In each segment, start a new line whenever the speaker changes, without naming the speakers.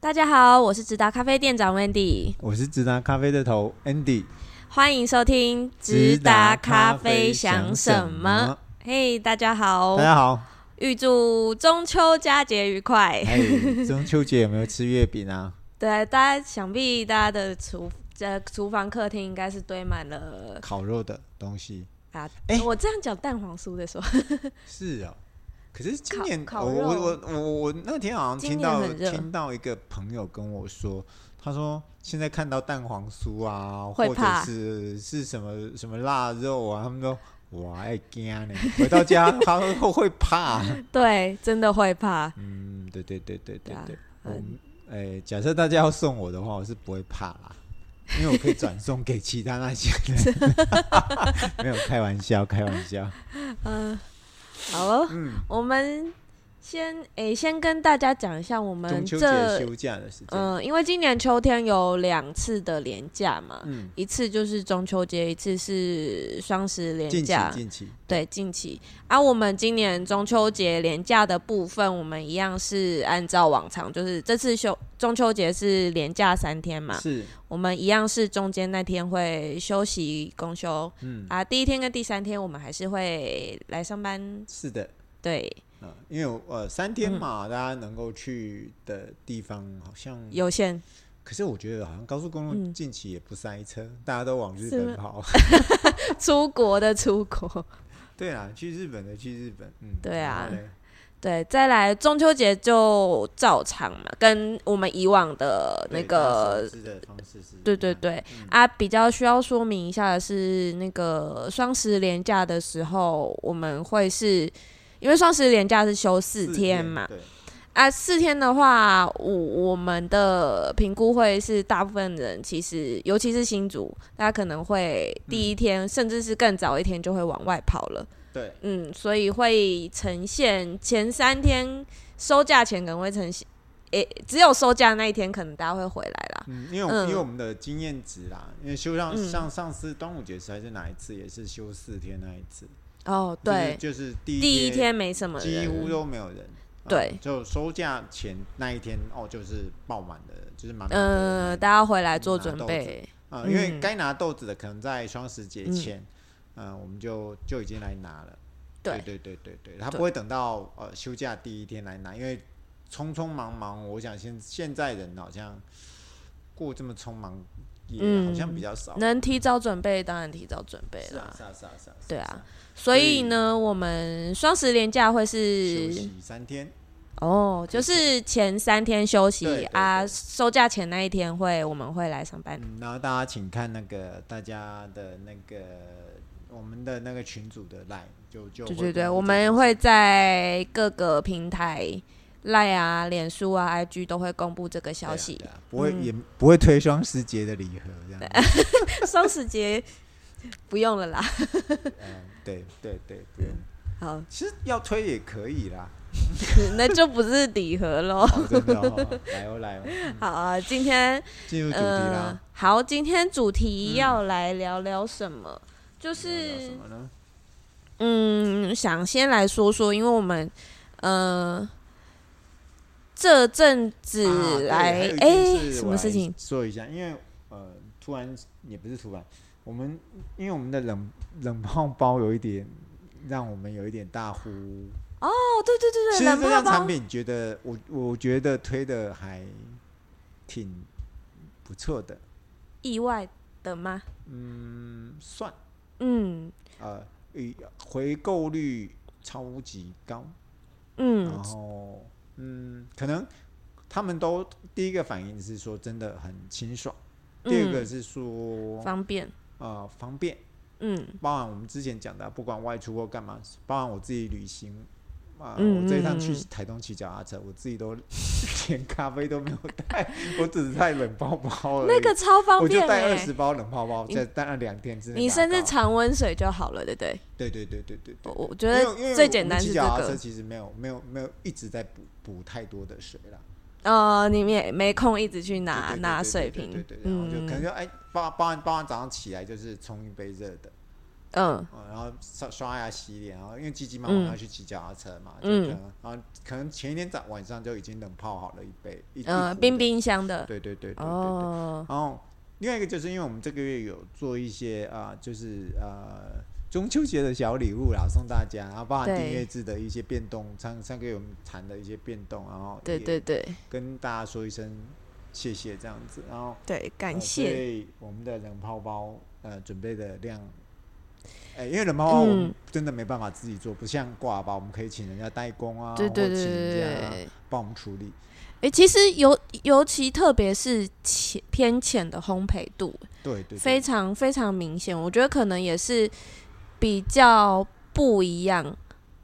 大家好，我是直达咖啡店长 Wendy，
我是直达咖啡的头 Andy。
欢迎收听直达咖啡想什么？？嘿大家好
大，家好，
预祝中秋佳节愉快。
哎，中秋节有没有吃月饼啊？
对，大家想必大家的厨呃厨房客厅应该是堆满了
烤肉的东西
啊。
哎
我这样讲蛋黄酥的时候，
是哦。可是今
烤
年
烤
我
肉
我我我我那天好像
今
听
年
到
很热
听到一个朋友跟我说，他说现在看到蛋黄酥啊，
会
或者
怕
是是什么什么腊肉啊，他们说我爱惊呢，回到家他会会怕。
对，真的会怕。
嗯，对对对对
对
对
啊
对，我
嗯
们哎、假设大家要送我的话，我是不会怕 啦，因为我可以转送给其他那些人。 没有开玩笑，开玩 笑。
嗯、好 哦，
嗯，
我们先诶、先跟大家讲一下我们
中秋
这
节休假的时间，
嗯、因为今年秋天有两次的连假嘛，
嗯，
一次就是中秋节，一次是双十连
近期
假。
近期，
对，近期啊，我们今年中秋节连假的部分，我们一样是按照往常，就是这次休中秋节是连假三天嘛，
是
我们一样是中间那天会休息公休
嗯
啊，第一天跟第三天我们还是会来上班，
是的。
对，
啊、因为我呃三天嘛，大家能够去的地方好像，
嗯有限，
可是我觉得好像高速公路
嗯
近期也不塞车，大家都往日
是
本
吗
跑。
出国的出国，
对啊，去日本的去日本，嗯，
对
然
啊
后嘞
对，再来中秋节就照常嘛，跟我们以往的那
对大家
个
熟知的方式是一样的，
对对对、
嗯
啊，比较需要说明一下的是，那个双十连假的时候，我们会是因为双十连假是休四天嘛，
对，
啊，四天的话，我我们的评估会是大部分人其实，尤其是新竹，大家可能会第一天、甚至是更早一天就会往外跑了，
对，
嗯，所以会呈现前三天收假前可能会呈现，诶、只有收假那一天可能大家会回来啦，
嗯，因为我、
嗯
因为我们的经验值啦，因为休上
嗯
上上次端午节是还是哪一次，也是休四天那一次，
哦，
就是
对。
就是第
第
一
一天没什么人，
几乎都没有人，啊
对
就收假前那一天哦，就是爆满的，就是满满的
呃，
人
大家回来做准备，
啊，因为
嗯
该拿豆子的可能在双十节
嗯
前，嗯，我们就就已经来拿了。
对
对对对对，他
对
不会等到呃休假第一天来拿，因为匆匆忙忙，我想现现在人好像过这么匆忙，也
嗯
好像比较少。
能提早准备当然提早准备
是啊
啦。
是啊是啊是啊，
对啊
是啊，
所以呢，我们双十连假会
休
是
息三天，嗯
哦，就是前三天休
对对
息
对
啊，收假前那一天会我们会来上班。
嗯，然后大家请看那个大家的那个我们的那个群组的 line，就就
对
会
对对，
公布
我
这
们
件
会
事
在各个平台。赖啊、脸书啊、IG 都会公布这个消息嗯
对。啊对啊不会也不会推双十节的礼盒这样子，
双十节不用了啦，
嗯，对对对，不用，
好，
其实要推也可以啦，
那就不是礼盒喽。
哦，真的哦， 来哦来哦，嗯
好啊，今天
进入主题
呃
啦。，
好，今天主题
嗯
要来聊聊什么？呃就
聊什
是
么呢？
嗯，想先来说说，因为我们呃这阵
啊
子
对还
来
有一
哎、
件
什么事情？？
说一下，因为呃，突然也不是突然，我们因为我们的冷冷泡包有一点让我们有一点大呼。
哦，对对对对，
其实
冷
这
泡
项
包
产，品，觉得我我觉得推的还挺不错的，
意外的吗？
嗯，算
嗯
呃，与回购率超级高。然哦
嗯，
后嗯，可能他们都第一个反应是说真的很清爽，第二个
嗯
是说、
方便，
呃方便，
嗯
包含我们之前讲的，不管外出或干嘛，包含我自己旅行啊、
嗯
我这一趟
嗯
去
嗯
台东骑脚踏车，我自己都连咖啡都没有带， 我只是带冷泡包而已。
那个超方
我就
便
带
哎、
二十包冷泡包，
你
在在那两天之内拿到。
你甚至常温水就好了，对不对？
对对对对对对
我，我觉
因为因
得
为
最
我
简
们
单
骑
是这
脚踏车
个，
其实没有没有没有一直在补补太多的水啦。
呃，你们也没空一直去拿
对对对
拿
对
水
对
瓶
对对，对然后就可能
嗯，
就哎，包包含包含早上起来就是冲一杯热的，
嗯
哦然后刷刷牙、洗脸，然后因为急急忙
嗯
忙要去骑脚踏车嘛，就
嗯
可能然后可能前一天早晚上就已经冷泡好了一杯，一一
嗯，
壶
冰
的，
冰箱的，
对对对对对对。
哦，
然后另外一个就是因为我们这个月有做一些啊、呃就是呃中秋节的小礼物啦，送大家，然后包含
对
订阅制的一些变动，上上个月我们谈的一些变动，然后
对
也
对对
跟大家说一声谢谢这样子，然后
对，感
呃、所
谢，
以我们的冷泡包呃准备的量。哎、因为冷泡包我
嗯
们真的没办法自己做，不像挂包，我们可以请人家代工啊，
哦对对对
或
对
请
对
人家
对。
帮我们处理。
哎、其实尤尤其特别是浅偏浅的烘焙度，
对对对，
非常非常明显。我觉得可能也是比较不一样。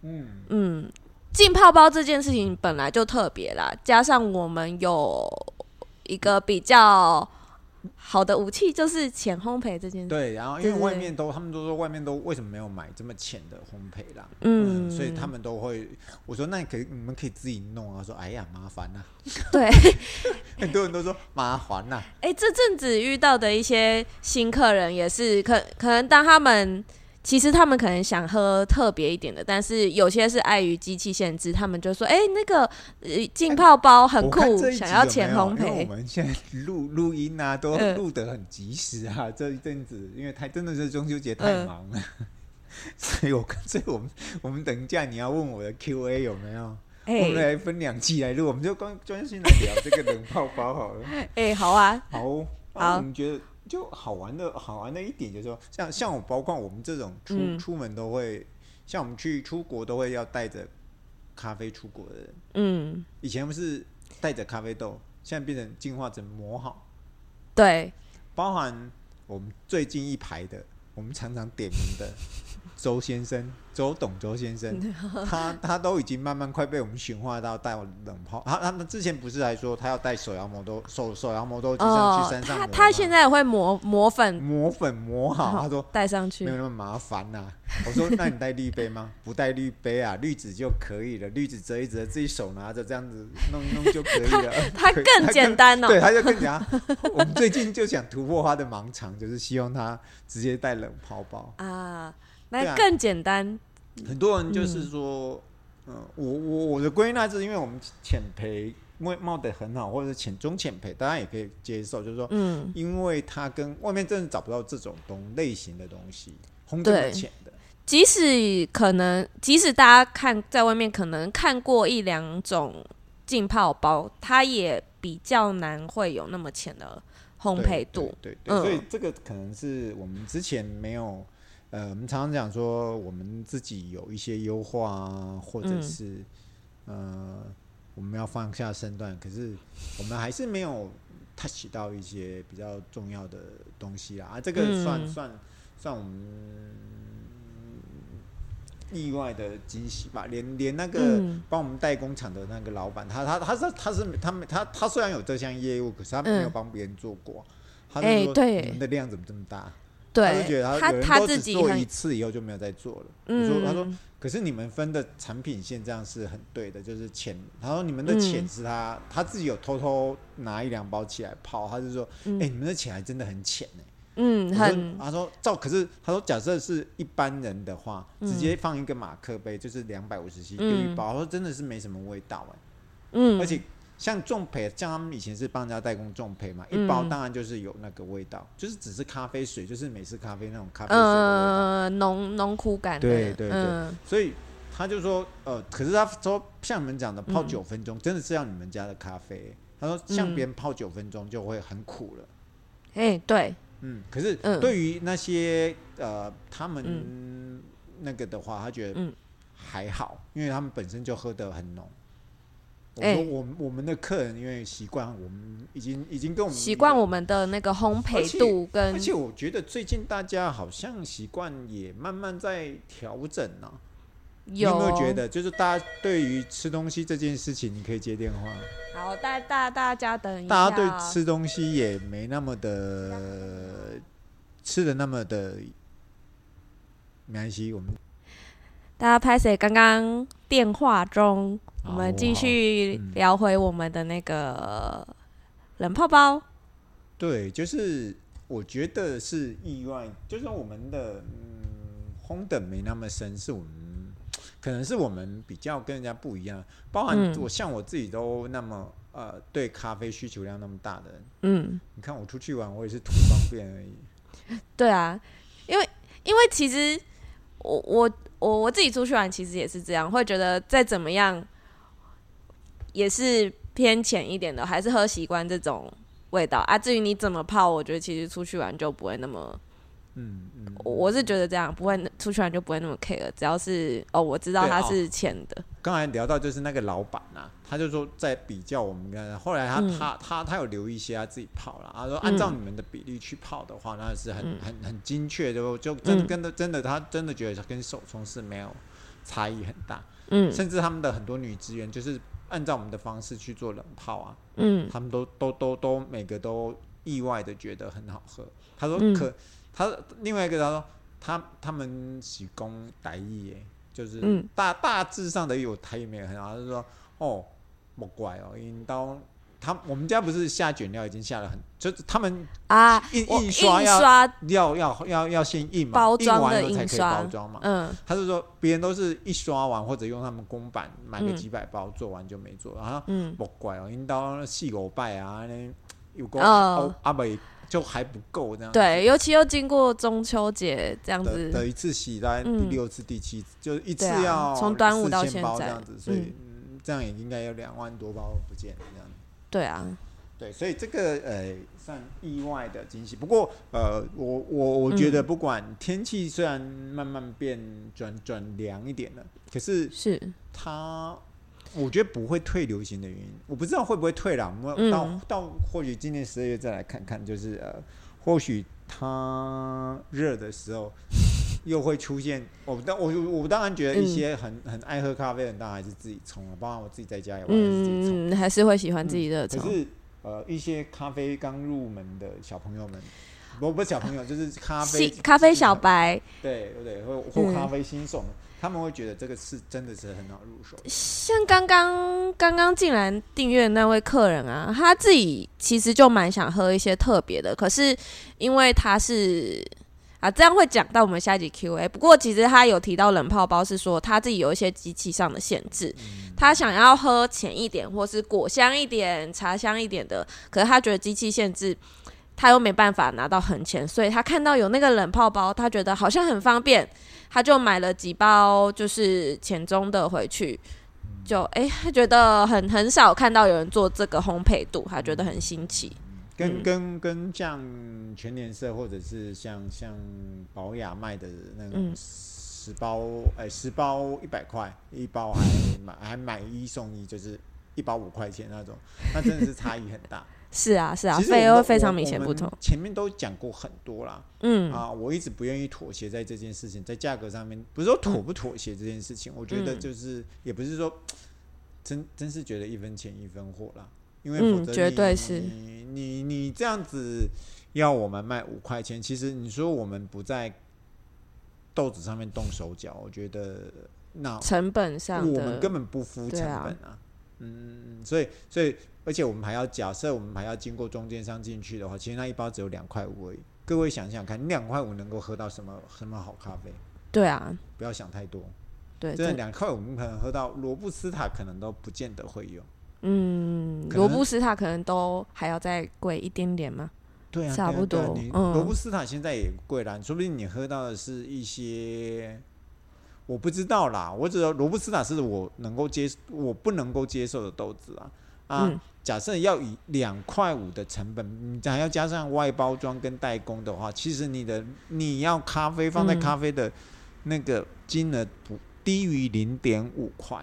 嗯，
嗯，浸泡包这件事情本来就特别啦，加上我们有一个比较好的武器，就是浅烘焙这件事。
对，然后因
对
为
对
外
对
面都，他们都说外面都为什么没有买这么浅的烘焙啦？
嗯，
所以他们都会，我说那你可以，你们可以自己弄啊。说哎呀，麻烦呐、
对，
很多人都说麻烦啊呐、
哎、这阵子遇到的一些新客人也是，可可能当他们其实他们可能想喝特别一点的，但是有些是碍于机器限制，他们就说：“哎、那个呃浸泡包很
我看
酷，
这一
想
集
要
有
浅
没有
烘
因为
焙
我。们现在录 录音啊，都
嗯
录得很及时啊。 这一阵子，因为太真的是中秋节太
嗯
忙了， 所以我所以我们我们等一下你要问我的 Q&A 有没有？”
哎
我们来分两期来录，我们就光专心来聊这个冷泡包好 了。
哎、好啊，
好哦，
好
那我们觉得就好玩的好玩的一点就是说，像像我包括我们这种出、
嗯
出门都会，像我们去出国都会要带着咖啡出国的人，
嗯，
以前不是带着咖啡豆，现在变成进化成磨好，
对，
包含我们最近一排的，我们常常点名的周先 生，周董周先生，他他都已经慢慢快被我们驯化到带冷泡，他他们之前不是还说他要带手摇磨豆手手摇磨豆机上去山上磨
哦他
吗、
他现在也会磨磨粉，
磨粉磨好，他说
带上
没有
去。
那么麻烦呐、我说那你带滤杯 吗？不带滤杯啊，滤纸就可以了，滤纸折一折，自己手拿着这样子弄一弄就可以了。
它
可以
更简单哦
对， 他就更简 单。我们最近就想突破他的盲肠，就是希望他直接带冷泡包。
啊，
对
那
啊
更简单。
很多人就是说，嗯，我我我的归纳是因为我们浅培冒冒得很好，或者是浅中浅培，大家也可以接受，就是说
嗯，
因为它跟外面真的找不到这种东类型的东西，烘这么
对
浅的。
即使可能，即使大家看在外面可能看过一两种浸泡包，它也比较难会有那么浅的烘焙度。
对对对
嗯
所以这个可能是我们之前没有，呃，我们常常讲说我们自己有一些优化啊，或者
嗯
是、呃，我们要放下身段，可是我们还是没有 touch 到一些比较重要的东西啊，啊这个算、
嗯
算算我们。意外的惊喜吧，连连那个
嗯
帮我们代工厂的那个老板，他他他是他是他们他他虽然有这项业务，可是他没有
嗯
帮别人做过，啊他
哎
就说
对
你们的量怎么这么大？他就觉
对
得，
他
有人
他
都
自
只
己
做一
很
次以后就没有再做了。我说他说，
嗯，
可是你们分的产品线这样是很对的，就是浅。他说你们的浅
嗯
是他、他自己有偷偷拿一两包起来泡，他就说，哎、
嗯
你们的浅还真的很浅呢、
嗯，
我说
很
他说照，可是他说假设是一般人的话，
嗯
直接放一个马克杯，就是两百五十 cc 丢
嗯
一包，他说真的是没什么味道哎、
嗯，
而且像重培，像他们以前是帮人家代工重培嘛，
嗯
一包当然就是有那个味道，就是只是咖啡水，就是美式咖啡那种咖啡水的味道。
嗯呃浓浓苦感的。
对对对
嗯
所以他就说，呃，可是他说像你们讲的泡九分
嗯
钟，真的是要你们家的咖啡、他说像别人泡九分钟就会很苦了。
哎，对，
嗯，可是
嗯
对于那些呃他们那个的话，他觉得
嗯
还好，因为他们本身就喝得很浓。我
哎
说我们我们的客人因为习惯，我们已经已经跟我们
习惯我们的那个烘
而
焙
且
度跟
而且我觉得最近大家好像习惯也慢慢在调整呢、你有没有觉得，就是大家对于吃东西这件事情，你可以接电话，
好，大大大家等一下，
大家对吃东西也没那么的吃的那么的没关系，我们
大家拍谁？刚刚电话中，我
好
们继续
好嗯
聊回我们的那个冷泡包。
对，就是我觉得是意外，就是我们的嗯，烘的没那么深，是我们可能是我们比较跟人家不一样，包含
嗯
我、像我自己都那么呃对咖啡需求量那么大的人，
嗯，
你看我出去玩，我也是图方便而已。
对啊，因为因为其实我我我我自己出去玩，其实也是这样，会觉得再怎么样也是偏浅一点的，还是喝习惯这种味道啊。至于你怎么泡，我觉得其实出去玩就不会那么，
嗯嗯，
我我是觉得这样不会出去玩就不会那么 care，只要是哦我知道
对
它
哦
是浅的，
刚才聊到就是那个老板啊，他就说在比较我们跟他，后来他、
嗯
他他他有留意一些他自己泡了，他说按照你们的比例去泡的话，那是很、
嗯
很很精确的哦，就真的
嗯
跟的真的他真的觉得跟手冲是没有差异很大，
嗯
甚至他们的很多女职员就是按照我们的方式去做冷泡啊，
嗯
他们都都都都每个都意外的觉得很好喝。他说
嗯
可，他另外一个他说他他们喜攻台语耶，就是
嗯
大、大致上的有台语没有很好，他就说哦，莫怪哦，因到他我们家不是下卷料已经下了很，就是他们
啊，
印
我
印刷
印
要
刷
要要要要先印嘛，
包
印
装
完
的
了才
印
可以包
刷，
装嘛。
嗯
他是说别人都是一刷完或者用他们公版买个
嗯
几百包做完就没做，然后
嗯
莫怪哦，因到四五拜啊，那有个
哦
阿美啊就还不够这样。
对，尤其又经过中秋节这样
的
子，
的一次洗单，
嗯
第六次、第七次，就是一次
对啊
要
从端午到
4000包
现在
这样子，所以、嗯这样也应该有两万多包不见这样。
对啊，
对，所以这个呃算意外的惊喜。不过呃，我我我觉得
嗯
不管天气虽然慢慢变转转凉一点了，可是
是，
它，我觉得不会退流行的原因，我不知道会不会退啦。我们
嗯
到、到或许今年十二月再来看看，就是呃，或许它热的时候又会出现。我当我我当然觉得一
嗯
些很、很爱喝咖啡的人，当然还是自己冲啊，包括我自己在家也我还是自己冲。
嗯，还是会喜欢自己的
可
冲，
是呃，一些咖啡刚入门的小朋友们，不不是小朋友，就是咖啡
是咖啡小
白。
白
对对，或或
嗯
咖啡新手们，他们会觉得这个是真的是很好入手的。
像刚刚刚刚进来订阅的那位客人啊，他自己其实就蛮想喝一些特别的，可是因为他是啊，这样会讲到我们下一集 Q&A。不过其实他有提到冷泡包是说他自己有一些机器上的限制，
嗯
他想要喝浅一点或是果香一点、茶香一点的，可是他觉得机器限制。他又没办法拿到很浅，所以他看到有那个冷泡包，他觉得好像很方便，他就买了几包就是浅中的回去，就哎、诶他觉得很很少看到有人做这个烘焙度，他觉得很新奇。
跟
嗯
跟跟像全联社或者是像像宝雅卖的那种
嗯
十包，哎、十包一百块，一包还买还买一送一，就是一包五块钱那种，那真的是差异很 大。
是啊，是啊，
其实我
费
们
会非常
我
明显
我
不
们
同。
前面都讲过很多啦，
嗯
啊，我一直不愿意妥协在这件事情，在价格上面，不是说妥不妥协这件事情，我觉得
嗯
就是、也不是说真真是觉得一分钱一分货啦，因为
嗯
否则你、
绝对是
你你你这样子要我们卖五块钱，其实你说我们不在豆子上面动手脚，我觉得那
成本上
我们
的
根本不付成
对
本
啊
啊。嗯，所以所以，而且我们还要假设我们还要经过中间商进去的话，其实那一包只有两块五而已。各位想想看，你两块五能够喝到什么什么好咖啡？
对啊，
不要想太多，
呃对，
真的
这
两块五你可能喝到罗布斯塔，可能都不见得会有。
嗯，
可能
罗布斯塔可能都还要再贵一点点嘛。
对啊，
差
对啊
不
对啊
多
你
嗯
罗布斯塔现在也贵啦，说不定你喝到的是一些，我不知道啦。我只知道罗布斯塔是我能够接，我不能够接受的豆子啊啊！
嗯
假设要以两块五的成本，你还要加上外包装跟代工的话，其实你的你要咖啡放在
嗯
咖啡的那个金额不低于零点五块，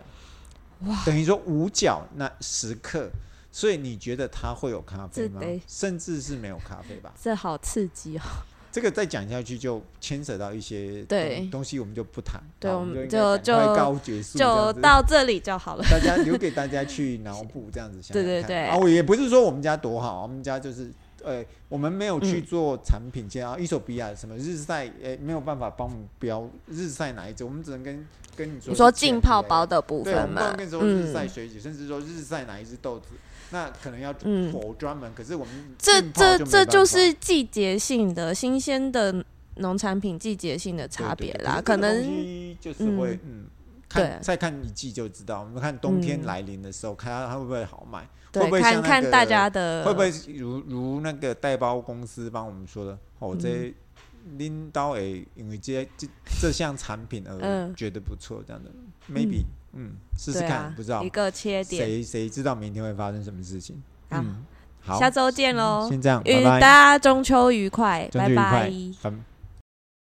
哇，
等于说五角那十克。所以你觉得它会有咖啡
这
吗
得？
甚至是没有咖啡吧？
这好刺激哦！
这个再讲下去就牵扯到一些
对
东东西，我们就不谈。
对
好
我
我
们
们
就
就应该赶快
就
告结束这
就
样子，
到这里就好了。
大家留给大家去脑补这样子想 想看。
对对对
啊，我也不是说我们家多好，我们家就是。呃，我们没有去
嗯
做产品线啊，伊索比亚什么日晒，呃，没有办法帮我们标日晒哪一支，我们只能跟跟你说
你
是
说
浅
浸泡
的
包的部
对，我
分
们不
嘛
能跟，你说日晒
嗯，
水洗，甚至说日晒哪一只豆子，那可能要
嗯
否专门。可是我们
这
浸泡
这
就没
这
办法
就是季节性的、新鲜的农产品季节性的差别
对对对
啦，
可
可
是这个
能
东西就是会嗯。看
对
再看一季就知道，我们看冬天
嗯
来临的时候，看它它会不会好卖，会
对
不会
看
像那
看大
个
家的
会不会如如那个代包公司帮我们说的，
嗯
哦，这拎刀诶，因为这这这项产品而
嗯
觉得不错，这样的，maybe，嗯，试试
对
看
啊，
不知道
一个切点。
谁谁知道明天会发生什么事情？
好
嗯，好，嗯
下周见喽，嗯
先这样，
与
拜
大
拜，
家中秋愉快，
中秋愉
拜拜。
快拜拜。